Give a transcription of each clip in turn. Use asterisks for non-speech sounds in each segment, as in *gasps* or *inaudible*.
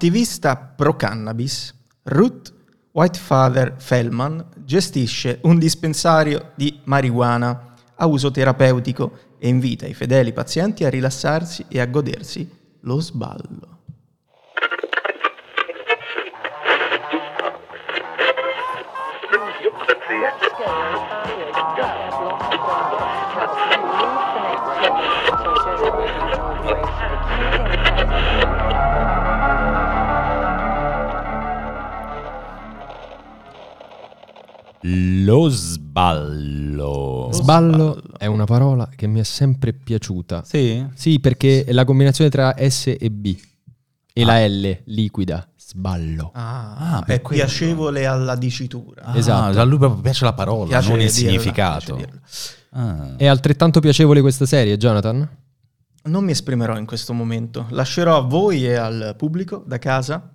Attivista pro cannabis, Ruth Whitefather Fellman gestisce un dispensario di marijuana a uso terapeutico e invita i fedeli pazienti a rilassarsi e a godersi lo sballo. Lo sballo. Sballo, è una parola che mi è sempre piaciuta. Sì? Sì, perché è la combinazione tra S e B e la L liquida. Sballo. Ah, Ah, per è quello. piacevole alla dicitura. Ah, Esatto. A lui proprio piace la parola, Piace non il dirla, significato. piace dirla. Ah. È altrettanto piacevole questa serie, Jonathan? Non mi esprimerò in questo momento, lascerò a voi e al pubblico da casa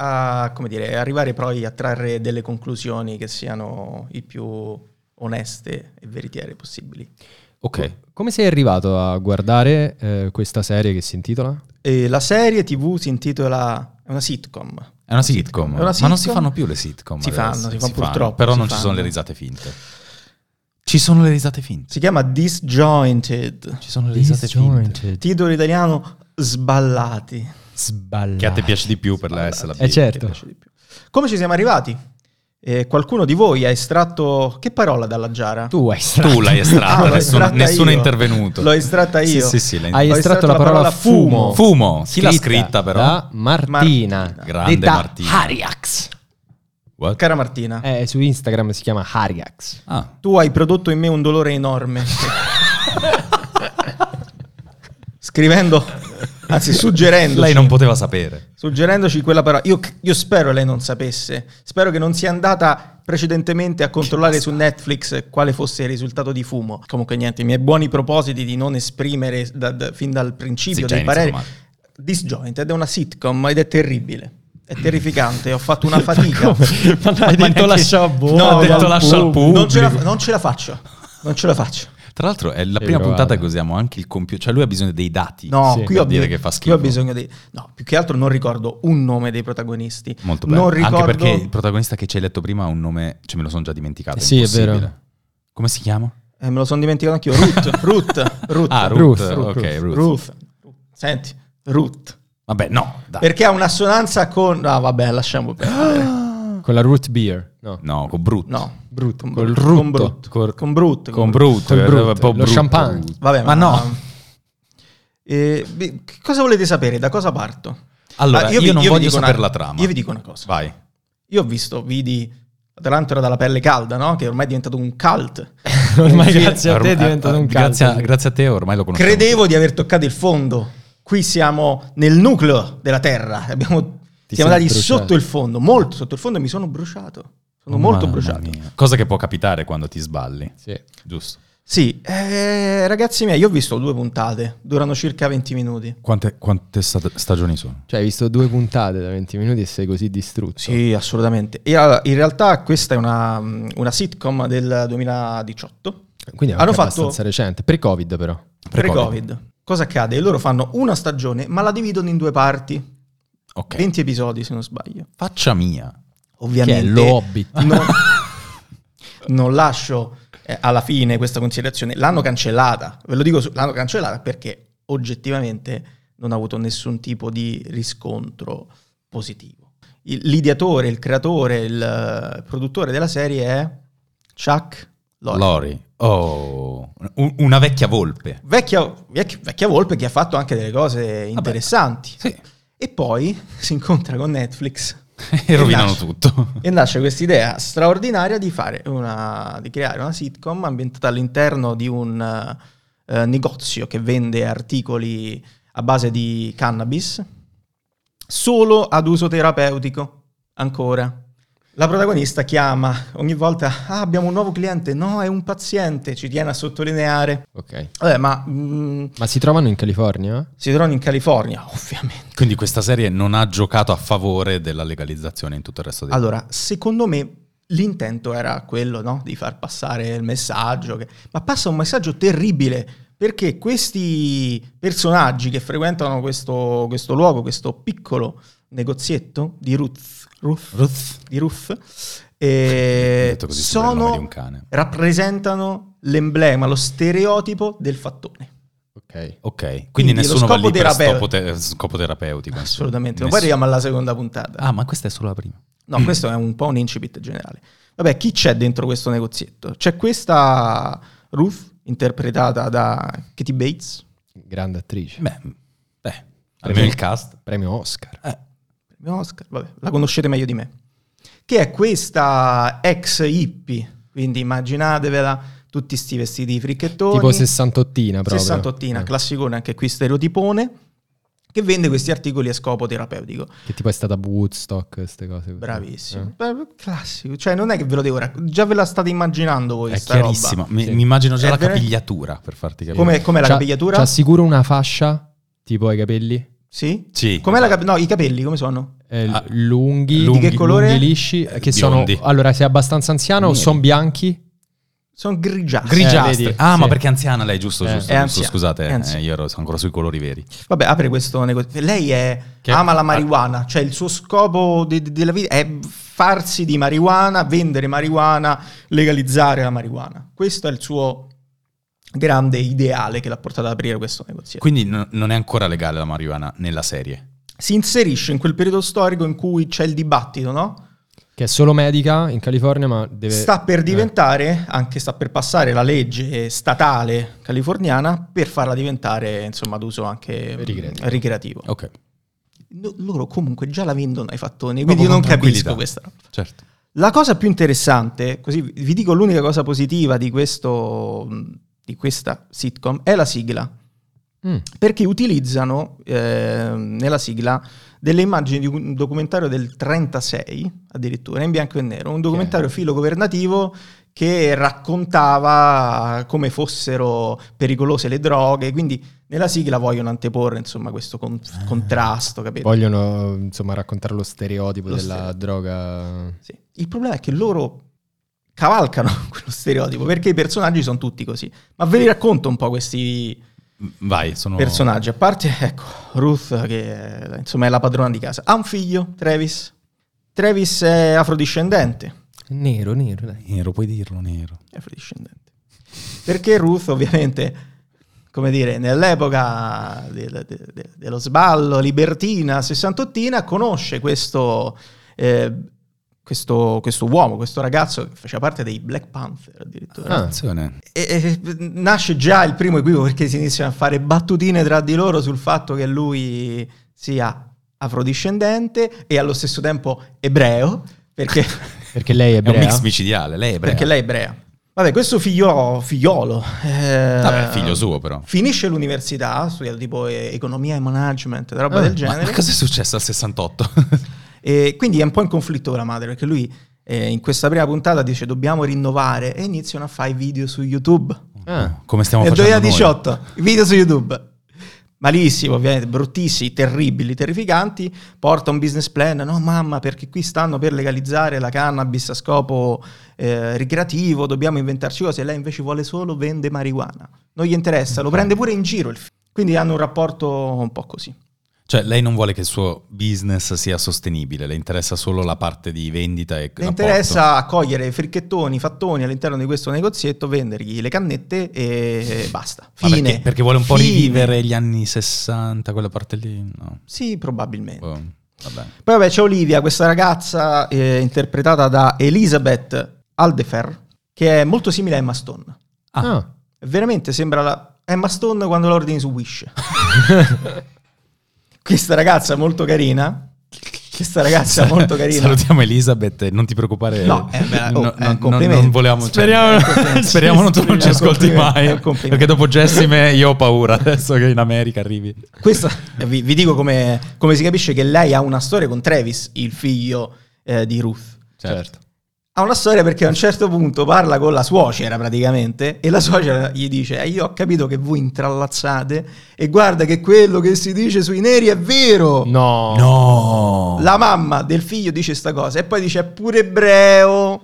a, come dire, arrivare poi a trarre delle conclusioni che siano il più oneste e veritiere possibili. Ok. Come sei arrivato a guardare eh, questa serie che si intitola? E la serie TV si intitola è una sitcom. È una sitcom. È una ma non si sitcom? fanno più le sitcom. Si adesso. fanno, si fanno, purtroppo, Però si non ci fanno. sono le risate finte. Ci sono le risate finte. Si chiama Disjointed. Ci sono le risate finte. Titolo italiano Sballati. Sballo. Che a te piace di più per la S? La B? Eh, certo. Che piace di più. Come ci siamo arrivati? Eh, qualcuno di voi ha estratto che parola dalla giara? Tu hai Tu l'hai estratta, Ah, l'ho nessuno, estratta nessuno è io. intervenuto. L'ho estratta Sì, io. sì, sì. le- Hai Ho estratto la parola, fumo. Fumo. Chi l'ha scritta però? Da Martina. Martina. Grande detta Martina. Hariax. What? Cara Martina, Eh, su Instagram si chiama Hariax. Ah. tu hai prodotto in me un dolore *laughs* enorme. Scrivendo, anzi suggerendoci, Lei non poteva sapere. suggerendoci quella parola. Io, io spero lei non sapesse. Spero che non sia andata precedentemente a controllare su Netflix quale fosse il risultato di fumo. Comunque niente, i miei buoni propositi di non esprimere da- da- fin dal Sì, principio già dei è pareri. iniziato male. Disjointed è una sitcom ed è terribile. È terrificante, ho *laughs* fatto una fatica. Ma Hai detto lascia a voi. No, ha detto lascia al pubblico. Non ce, la, non ce la faccio. Non ce la faccio. Tra l'altro è la Sì, prima guarda. puntata che usiamo anche il computer, cioè lui ha bisogno dei dati. No, Sì, qui, per ho dire bi- che fa qui ho schifo. bisogno di... No, più che altro non ricordo un nome dei protagonisti. Molto bello. Non ricordo... Anche perché il protagonista che ci hai letto prima ha un nome, cioè me lo sono già dimenticato. Sì, è impossibile. vero. Come si chiama? Eh, me lo sono dimenticato anch'io. *laughs* Ruth. Ruth. Ruth. Ah, Ruth. Ruth, ok, Ruth, Ruth. Ruth. Senti, Ruth. Vabbè, no, dai. Perché ha un'assonanza con... No, vabbè, lasciamo *gasps* perdere. Con la root beer. No. No, con brutto. No. Brutto. Con Col brutto. rutto. Con brutto. Col- Con brutto. Con brutto. Col eh, brutto. un po' Lo brutto. champagne. Ah, Vabbè, Ma no. Eh, beh, che cosa volete sapere? Da cosa parto? Allora, Ah, io, vi- non vi voglio dico una- sapere la trama. Io vi dico una cosa. Vai. Io ho visto vidi Tarantula dalla pelle calda, no? Che ormai è diventato un cult. Ormai Sì. ah, grazie a te è *laughs* Ormai- diventato un grazie, a- calcio. grazie a te ormai lo conosco. Credevo di aver toccato il fondo. Qui siamo nel nucleo della terra. Abbiamo- Ti siamo sei andati bruciato. Oh, sotto il fondo, molto sotto il fondo. e Mi sono bruciato. Sono molto bruciato. Cosa che può capitare quando ti sballi. Sì. Giusto. Sì, eh, ragazzi miei, io ho visto due puntate, durano circa 20 minuti. Quante, quante sta- stagioni sono? Cioè, hai visto due puntate da 20 minuti e sei così distrutto. Sì, assolutamente. E allora, in realtà questa è una, mm, una sitcom del 2018. Quindi è Hanno anche fatto- abbastanza recente. Pre-Covid, però. Pre-Covid. Cosa accade? Loro fanno una stagione, ma la dividono in due parti. Ok. 20 episodi, se non sbaglio. Faccia mia. Ovviamente. Che è lo Hobbit. Non, non lascio eh, alla fine questa considerazione. L'hanno cancellata. Ve lo dico, su- l'hanno cancellata perché oggettivamente non ha avuto nessun tipo di riscontro positivo. Il- l'ideatore, il creatore, il eh, produttore della serie è Chuck Lorre. Lori. Oh, un- una vecchia volpe. Vecchia, vecch- vecchia volpe che ha fatto anche delle cose interessanti. Sì. *laughs* E poi si incontra con Netflix e rovinano nasce. tutto. e nasce questa idea straordinaria di, fare una, di creare una sitcom ambientata all'interno di un eh, negozio che vende articoli a base di cannabis solo ad uso terapeutico ancora. La protagonista chiama ogni volta, ah, abbiamo un nuovo cliente, no, è un paziente, ci tiene a sottolineare. Ok. Vabbè, ma mm, Ma si trovano in California? si trovano in California, ovviamente. Quindi questa serie non ha giocato a favore della legalizzazione in tutto il resto del Allora, secondo me l'intento era quello, no? Di far passare il messaggio, che- ma passa un messaggio terribile perché questi personaggi che frequentano questo, questo luogo, questo piccolo negozietto di Ruth, Ruth, Ruth. di Ruth Ho e *laughs* detto così, sembra il nome di sono, un cane. rappresentano l'emblema, lo stereotipo del fattone. Ok. Ok, quindi, Quindi lo nessuno va scopo lì per terapeutico. scopo, te- scopo terapeutico. insomma. Assolutamente, ma Nessuno- poi arriviamo alla seconda puntata. Ah, ma questa è solo la prima. Mm. No, questo è un po' un incipit generale. Vabbè, chi c'è dentro questo negozietto? C'è questa Ruth, interpretata da Katie Bates, Grande attrice. Beh, beh almeno il cast. Premio Oscar. Eh, premio Oscar, vabbè, la conoscete meglio di me, che è questa ex hippie, quindi immaginatevela tutti sti vestiti fricchettoni. Tipo sessantottina proprio. sessantottina, Eh. classicone, anche qui stereotipone, che vende questi articoli a scopo terapeutico. Che tipo è stata Woodstock, queste cose. così. Bravissimo, Eh. Beh, classico, cioè non è che ve lo devo raccontare, già ve la state immaginando voi È sta roba. chiarissimo. Mi, Sì. mi immagino già È la vero- capigliatura per farti capire. Come, com'è la C'ha- capigliatura? C'ha sicuro una fascia, tipo ai capelli. Sì? Sì. Com'è la cap- no, i capelli come sono? eh, Ah, lunghi, lunghi. lunghi, colore? lisci, Eh, che biondi. sono... Allora, sei abbastanza anziano, Neri. sono bianchi. Sono grigiastri. Grigi- Grigiastri. Eh, vedi, ah, sì. ma perché è anziana lei, giusto? Eh. giusto, È giusto, anziana, Scusate, è eh, anziana. io ero ancora sui colori veri. Vabbè, apre questo negozio. Cioè, Lei è- Che- ama la marijuana, cioè il suo scopo de- de- della vita è farsi di marijuana, vendere marijuana, legalizzare la marijuana. Questo è il suo grande ideale che l'ha portato ad aprire questo negozio. Quindi no- non è ancora legale la marijuana nella serie. si inserisce in quel periodo storico in cui c'è il dibattito, no? Che è solo medica in California, ma deve... Sta per eh. diventare, anche sta per passare la legge statale californiana per farla diventare, insomma, d'uso anche mm, Ricreativo. ricreativo. Ok, No, loro comunque già la vendono ai fattoni, Proprio quindi io non con capisco tranquillità. questa roba. certo. La cosa più interessante, così vi vi dico l'unica cosa positiva di, questo, di questa sitcom, è la sigla. Mm. Perché utilizzano eh, nella sigla delle immagini di un documentario del 36, addirittura in bianco e nero, un documentario filogovernativo che raccontava come fossero pericolose le droghe, quindi nella sigla vogliono anteporre insomma questo con- Ah. contrasto, capito? Vogliono insomma raccontare lo stereotipo Lo della stereotipo. droga. Sì. Il problema è che loro cavalcano *laughs* quello stereotipo perché i personaggi sono tutti così. Ma ve li racconto un po' questi M- Vai, sono... personaggi. A parte, ecco, Ruth, che eh, insomma è la padrona di casa, ha un figlio, Travis. Travis è afrodiscendente. Nero, nero, dai. Nero, puoi dirlo nero. È afrodiscendente. Perché Ruth, ovviamente, come dire, nell'epoca del- de- de- dello sballo, libertina, sessantottina, conosce questo, eh, questo, questo uomo, questo ragazzo che faceva parte dei Black Panther addirittura. Ah. Attenzione. E, e, nasce già il primo equivoco perché si iniziano a fare battutine tra di loro sul fatto che lui sia afrodiscendente e allo stesso tempo ebreo, perché, Perché lei è È un ebrea. mix micidiale, lei è ebrea. perché lei è ebrea. Vabbè, questo figlio, figliolo... eh, Vabbè, figlio suo però. Finisce l'università, ha studiato tipo eh, economia e management, roba Ah, del Eh, Ma, genere. ma cosa è successo *laughs* al 68? E quindi è un po' in conflitto con la madre, perché lui eh, in questa prima puntata dice dobbiamo rinnovare e iniziano a fare i video su YouTube. Ah. *laughs* Come stiamo Nel facendo 2018, i video su YouTube. Malissimo, ovviamente, bruttissimi, terribili, terrificanti. Porta un business plan, no mamma, perché qui stanno per legalizzare la cannabis a scopo eh, ricreativo, dobbiamo inventarci cose. E lei invece vuole solo vende marijuana. Non gli interessa, lo prende pure in giro. il fi- Quindi hanno un rapporto un po' così. noi? Cioè, lei non vuole che il suo business sia sostenibile, le interessa solo la parte di vendita e Le rapporto. interessa accogliere fricchettoni, fattoni all'interno di questo negozietto, vendergli le cannette e basta. Ma Fine. Perché, perché vuole un po' Fine. rivivere gli anni 60, quella parte lì? No. Sì, probabilmente. Boh, vabbè. Poi vabbè c'è Olivia, questa ragazza eh, interpretata da Elizabeth Aldefer, che è molto simile a Emma Stone. Ah. Veramente sembra la- Emma Stone quando la ordini su Wish. *laughs* questa ragazza molto carina. Questa ragazza *laughs* molto carina. Salutiamo Elisabeth, non ti preoccupare. No, eh, beh, oh, no, eh, no, complimenti. non volevamo. cioè, Speriamo- eh, complimenti. speriamo non tu non ci È un *laughs* ascolti complimento, è mai. un complimento. Perché dopo Jessime io ho paura *laughs* adesso che in America arrivi. Questa, vi, vi dico come, come si capisce che lei ha una storia con Travis, il figlio eh, di Ruth. certo. Ha una storia perché a un certo punto parla con la suocera praticamente e la suocera gli dice "Eh, io ho capito che voi intrallazzate e guarda che quello che si dice sui neri è vero. No. No, La mamma del figlio dice sta cosa e poi dice è pure ebreo.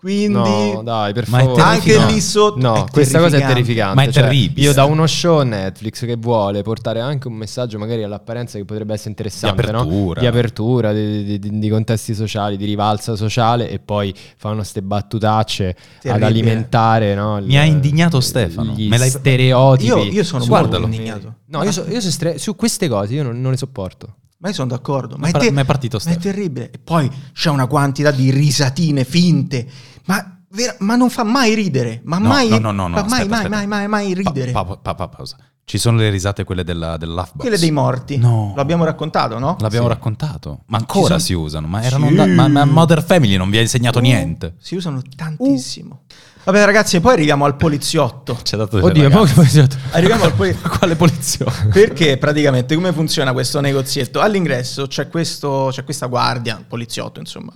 Quindi No, dai, per Ma è favore. terrificante. anche lì sotto No, è questa cosa è terrificante. Ma è cioè, terribile. Io da uno show Netflix che vuole portare anche un messaggio, magari all'apparenza che potrebbe essere interessante, no? apertura. di apertura, di, di- di- di contesti sociali, di rivalsa sociale e poi fanno ste battutacce ad Terribile. alimentare. no, il- Mi ha indignato Stefano. Gli Me l'hai- stereotipi. Io, io sono Guardalo. molto indignato. No, io, so- io so stre- su queste cose io non, non le sopporto. Ma io sono d'accordo. Ma, Ma è, par- te- ma è partito ma è Stefano. terribile. E poi c'è una quantità di risatine finte. Ma, vera- ma non fa mai ridere. Ma No, mai, no, no, no, no, ma mai, aspetta, mai, aspetta. mai, mai, mai Pa- ridere. pa- pa- pa- pausa. Ci sono le risate quelle della, del laugh box. Quelle dei morti. No. Lo abbiamo raccontato, no? L'abbiamo Sì. raccontato. Ma ancora Ci sono- si usano. Ma, erano Sì. Mm. onda- ma, ma Mother Family non vi ha insegnato niente. Si usano tantissimo. Vabbè, ragazzi, e poi arriviamo al poliziotto. C'è dato *laughs* Oddio, ma che poliziotto. Arriviamo al *laughs* poliziotto. quale poliziotto? Perché praticamente come funziona questo negozietto? All'ingresso c'è, questo, c'è questa guardia, un poliziotto insomma,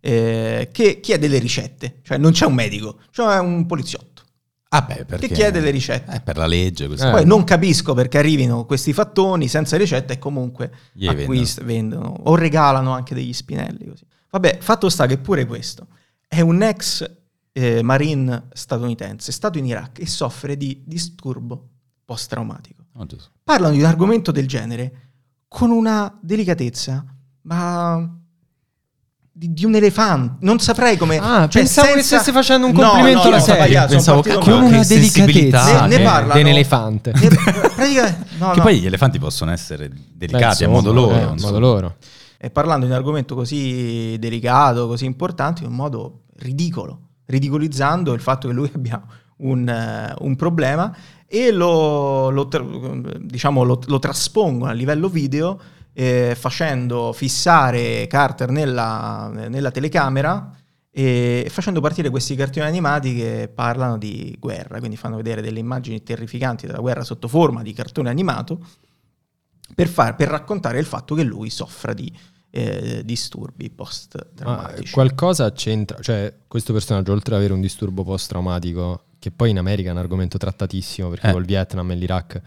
eh, che chiede le ricette, cioè non c'è un medico, c'è un poliziotto. Ah, beh, perché Che chiede le ricette. Eh, per la legge. questo. Eh. Poi non capisco perché arrivino questi fattoni senza ricetta e comunque Gli acquist- vendono. o regalano anche degli spinelli. Così. Vabbè, fatto sta che pure questo è un ex eh, marine statunitense, stato in Iraq e soffre di disturbo post-traumatico Oh, Gesù. parlano di un argomento del genere con una delicatezza, ma di, di un elefante. Non saprei come. cioè, Ah, pensavo che stesse facendo un Eh, No, complimento no, no, alla ho serie. sbagliato, sono Pensavo partito che- male. con una Ne- ne eh, parlano. *laughs* dell'elefante. Eh, praticamente- no, *laughs* che no. poi gli elefanti possono essere delicati Beh, a modo insomma, loro. eh, a insomma. modo loro. E parlando di un argomento così delicato, così importante, in un modo ridicolo, ridicolizzando il fatto che lui abbia un, eh, un problema e lo, lo tra- diciamo, lo- lo traspongono a livello video eh, facendo fissare Carter nella, nella telecamera e facendo partire questi cartoni animati che parlano di guerra, quindi fanno vedere delle immagini terrificanti della guerra sotto forma di cartone animato per, far- per raccontare il fatto che lui soffra di eh, disturbi Ma post-traumatici. qualcosa c'entra, cioè questo personaggio oltre ad avere un disturbo post-traumatico, che poi in America è un argomento trattatissimo perché Eh. col Vietnam e l'Iraq,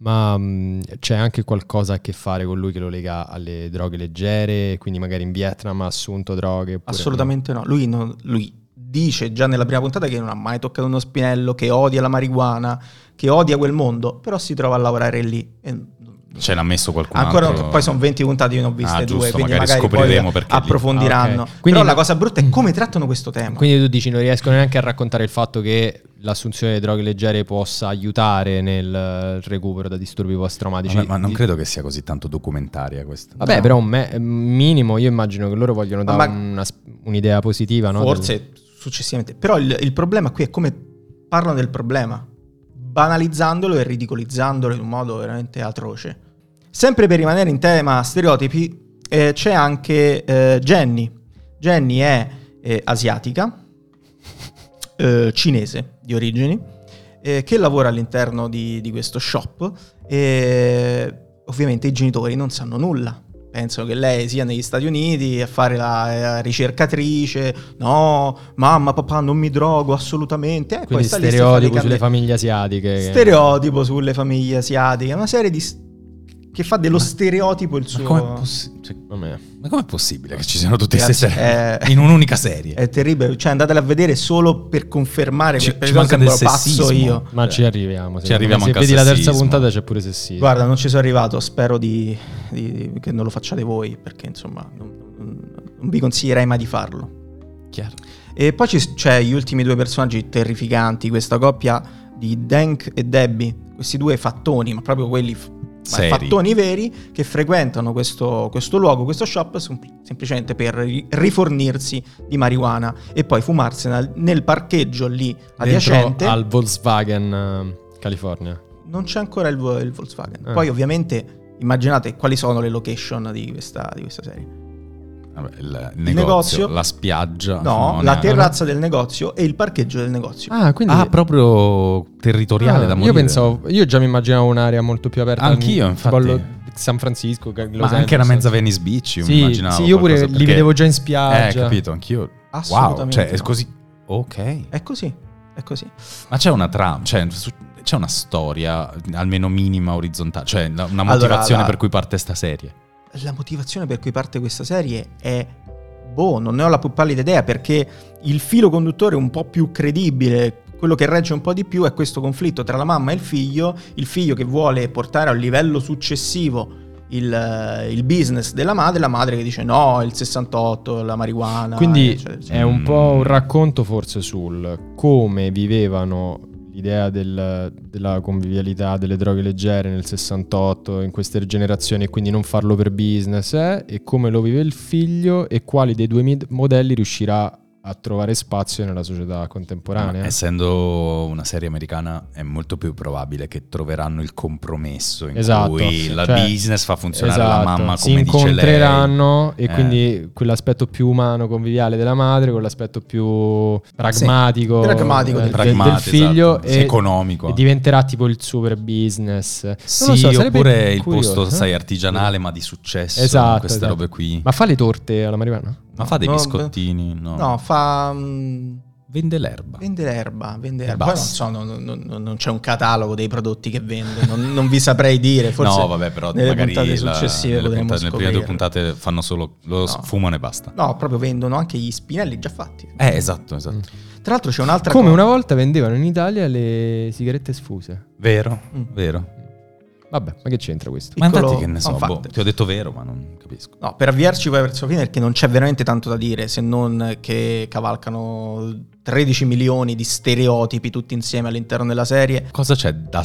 ma mh, c'è anche qualcosa a che fare con lui che lo lega alle droghe leggere, quindi magari in Vietnam ha assunto droghe. oppure- Assolutamente no. Lui, non- lui dice già nella prima puntata che non ha mai toccato uno spinello, che odia la marijuana, che odia quel mondo, però si trova a lavorare lì. E- Ce l'ha messo qualcuno. Ancora altro. non- poi sono 20 puntate, io ne ho viste Ah, giusto, due, quindi magari magari, scopriremo poi perché lì- approfondiranno. Ah, ok. Quindi- però la cosa brutta Mm. è come trattano questo tema. Quindi tu dici non riescono neanche a raccontare il fatto che l'assunzione di droghe leggere possa aiutare nel recupero da disturbi post-traumatici. Vabbè, ma non Di- credo che sia così tanto documentaria questa. Vabbè, No. però un me- minimo io immagino che loro vogliono Ma- dare ma- una s- un'idea positiva, no? Forse successivamente. Però il, il problema qui è come parlano del problema, banalizzandolo e ridicolizzandolo in un modo veramente atroce. Sempre per rimanere in tema stereotipi, eh, c'è anche eh, Jenny. Jenny è eh, asiatica, *laughs* eh, cinese di origini, eh, che lavora all'interno di, di questo shop. E ovviamente i genitori non sanno nulla. Pensano che lei sia negli Stati Uniti a fare la eh, ricercatrice. No, mamma, papà, non mi drogo assolutamente. Eh, poi Quindi sta lì, si fa le stereotipo canne- sulle famiglie asiatiche. che- Stereotipo sulle famiglie asiatiche. Una serie di... s- che fa dello stereotipo il Ma suo... com'è, possi- cioè, Vabbè. ma com'è possibile che ci siano tutte queste Ragazzi, serie eh, in un'unica serie? È terribile, cioè andatela a vedere solo per confermare Ci- che ci perché manca del sembro pazzo sessismo. io. Ma Cioè, ci arriviamo. secondo Ci arriviamo me. anche Se al vedi la terza sessismo. puntata c'è pure sessismo. Guarda, non ci sono arrivato, spero di, di- che non lo facciate voi, perché insomma non, non- non vi consiglierei mai di farlo. Chiaro. E poi ci- c'è gli ultimi due personaggi terrificanti, questa coppia di Dank e Debbie, questi due fattoni, ma proprio quelli f- ma Seri. fattoni veri che frequentano questo, questo luogo, questo shop, sem- semplicemente per ri- rifornirsi di marijuana e poi fumarsene nel parcheggio lì Dentro adiacente. al Volkswagen eh, California. non c'è ancora il, vo- il Volkswagen. Eh. Poi, ovviamente, immaginate quali sono le location di questa, di questa serie. Vabbè, il, negozio, Il negozio- la spiaggia, No, non la è- terrazza del negozio e il parcheggio del negozio. Ah, quindi Ah, proprio territoriale da morire. Ah, Io pensavo, io già mi immaginavo un'area molto più aperta. Anch'io, Tipo infatti. allo- San Francisco, Los Ma Angeles. anche la mezza Venice Beach, io Sì, mi immaginavo. sì, io pure qualcosa, li perché- vedevo già in spiaggia. Eh, capito, anch'io. Wow, Assolutamente cioè, è no. così. Ok. È così, è così. Ma c'è una trama, cioè, su- c'è una storia, almeno minima, orizzontale, cioè la- una Allora, motivazione la- per cui parte sta serie. La motivazione per cui parte questa serie è Boh, non ne ho la più pallida idea perché il filo conduttore un po' più credibile, quello che regge un po' di più è questo conflitto tra la mamma e il figlio, il figlio che vuole portare al livello successivo il, eh, il business della madre, la madre che dice no, il 68, la marijuana. Quindi eccetera, eccetera. è un po' un racconto forse sul come vivevano l'idea del- della convivialità delle droghe leggere nel 68 in queste generazioni e quindi non farlo per business eh, e come lo vive il figlio e quali dei due mid- modelli riuscirà a trovare spazio nella società contemporanea. Eh, Ma Essendo una serie americana è molto più probabile che troveranno il compromesso in Esatto, cui la cioè, business fa funzionare la Esatto, mamma come si dice lei. incontreranno e Eh. quindi quell'aspetto più umano, conviviale della madre, quell'aspetto più pragmatico, pragmatico diciamo. eh, del de- figlio. del figlio Esatto, sì, economico. e diventerà tipo il super business. Non Sì, lo so, sarebbe oppure il curioso, posto, eh? sai, artigianale ma di successo, Esatto, queste esatto. robe qui. Ma, Ma fa le torte alla marijuana? fa dei No, biscottini? eh, No. No, fa... mm, Vende l'erba. Vende l'erba, vende E l'erba. Poi non basta. so, non, non- non- non c'è un catalogo dei prodotti che vende, non, non vi saprei dire. Forse no, vabbè, però nelle magari puntate la- successive nelle, potremmo puntate- nelle prime due scoprire. puntate fanno solo lo No. fumano e basta. No, proprio vendono anche gli spinelli già fatti. Eh, esatto, esatto. Tra l'altro c'è un'altra Come cosa. una volta vendevano in Italia le sigarette sfuse. Vero, Mm. vero. Vabbè, ma che c'entra questo? Ma Piccolo- infatti che ne so, infatti. boh, ti ho detto vero, ma non capisco. No, per avviarci poi verso la fine perché non c'è veramente tanto da dire se non che cavalcano 13 milioni di stereotipi tutti insieme all'interno della serie. Cosa c'è da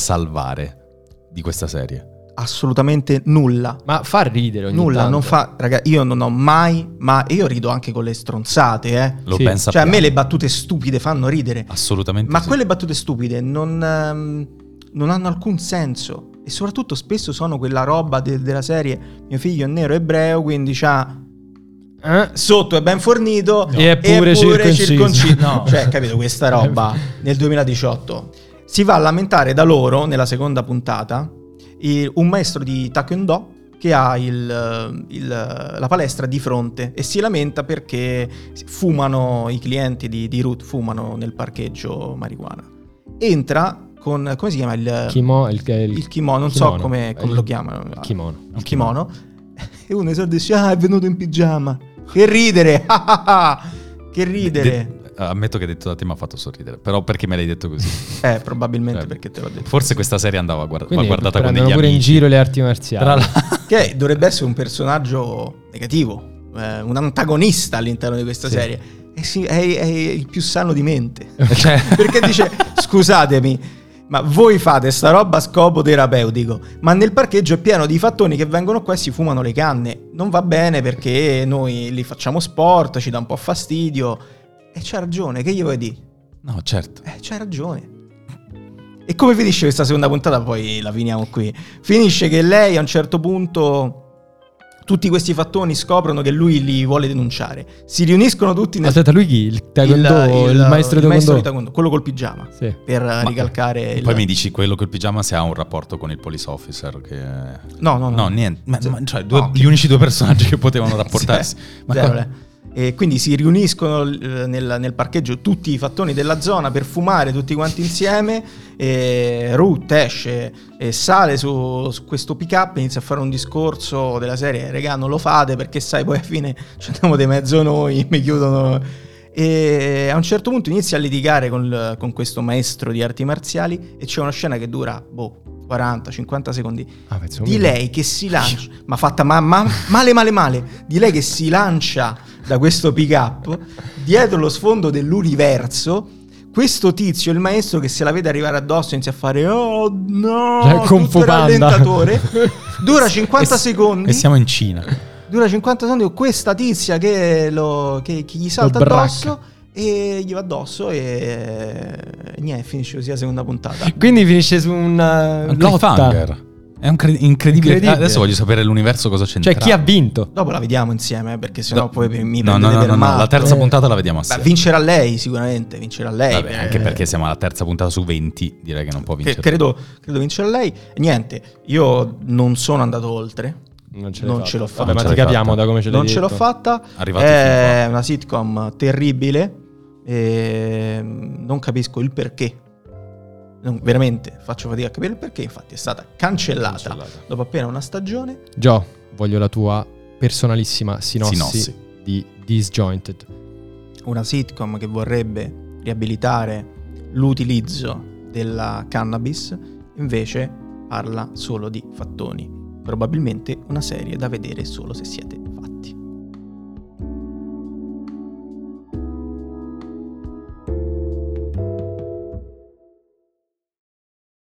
salvare di questa serie? Assolutamente nulla. Ma fa ridere ogni nulla, tanto. non fa... Raga, io non ho mai... Ma io rido anche con le stronzate, eh. Lo Sì. pensa Cioè a me Piano. le battute stupide fanno ridere. Assolutamente Ma sì. quelle battute stupide non, ehm, non hanno alcun senso. E soprattutto spesso sono quella roba de- della serie mio figlio è nero ebreo, quindi c'ha Eh? sotto è ben fornito E è pure circonciso. circonci- *laughs* No, cioè, capito, questa roba nel 2018. Si va a lamentare da loro, nella seconda puntata, il- un maestro di Taekwondo che ha il- eh, il- la palestra di fronte e si lamenta perché fumano, i clienti di, di Ruth fumano nel parcheggio marijuana. Entra con, come si chiama il... Kimo- il, il- il kimono, non kimono. so come, come Il- lo chiamano. il kimono. Il kimono. E uno esordisce, ah, è venuto in pigiama. Che ridere! *laughs* ah, ah, ah, che ridere! De- ammetto che detto da te mi ha fatto sorridere, però perché me l'hai detto così? *laughs* Eh, probabilmente Eh. perché te l'ho detto. Forse questa serie andava guard- va Quindi guardata con prendono degli pure in amici. giro le arti marziali. Tra l'altro, Che dovrebbe essere un personaggio negativo, eh, un antagonista all'interno di questa Sì. serie. E sì, è, è il più sano di mente. cioè, *laughs* Perché dice, scusatemi, ma voi fate sta roba a scopo terapeutico, ma nel parcheggio è pieno di fattoni che vengono qua e si fumano le canne. Non va bene perché noi li facciamo sport, ci dà un po' fastidio. E c'ha ragione, che gli vuoi dire? no, certo. Eh, c'hai ragione. E come finisce questa seconda puntata? Poi la finiamo qui. Finisce che lei a un certo punto. Tutti questi fattoni scoprono che lui li vuole denunciare. Si riuniscono tutti nel. Aspetta, lui chi? Il, taekwondo, il, maestro di il taekwondo. di taekwondo, quello col pigiama. Sì. Per ricalcare il. Poi mi dici quello col pigiama se ha un rapporto con il police officer che No, no, no. No, niente. Ma- Sì. ma- cioè, due- No. gli unici due personaggi che *laughs* potevano rapportarsi. Ma Zero, qua- eh. E quindi si riuniscono eh, nel, nel parcheggio tutti i fattoni della zona per fumare tutti quanti insieme. E Ruth esce e sale su, su questo pick up. Inizia a fare un discorso della serie: Regà, non lo fate perché sai, poi alla fine ci andiamo di mezzo noi. Mi chiudono. E a un certo punto inizia a litigare con, il- con questo maestro di arti marziali. E c'è una scena che dura boh, 40-50 secondi Ah, penso di un lei che si lancia, ma fatta ma- ma- male male male, di lei che si lancia da questo pick up dietro lo sfondo dell'universo. Questo tizio, il maestro che se la vede arrivare addosso inizia a fare oh no, Cioè, tutto Kung Fu il Panda. rallentatore. Dura 50 e- secondi. Eh, E siamo in Cina. Dura 50 secondi con questa tizia che, lo, che, che gli salta bracca. addosso e gli va addosso e niente, finisce così la seconda puntata. *laughs* Quindi finisce su eh, una È un lotta. cliffhanger. È un cre- incredibile. Incredibile. Adesso voglio sapere l'universo cosa c'entra. Cioè, chi ha vinto? Dopo la vediamo insieme, eh, perché sennò No, poi mi no, no, prendete no, per no, no, matto. la terza Eh. puntata la vediamo Beh, assieme. vincerà lei sicuramente, vincerà lei. Vabbè, anche eh, perché siamo alla terza puntata su 20, direi che non può che- vincere. credo, credo vincerà lei. Niente, io non sono andato oltre, Non ce, Non ce l'ho fatta. Vabbè, Non ma ce ti l'hai capiamo fatta. da come ce l'hai non ce l'ho detto. fatta. Arrivati è una sitcom terribile e non capisco il perché. Non- veramente faccio fatica a capire il perché, infatti è stata cancellata, Cancellata. dopo appena una stagione. Gio, voglio la tua personalissima sinossi, Sinossi. di Disjointed. Una sitcom che vorrebbe riabilitare l'utilizzo della cannabis, invece parla solo di fattoni. Probabilmente una serie da vedere solo se siete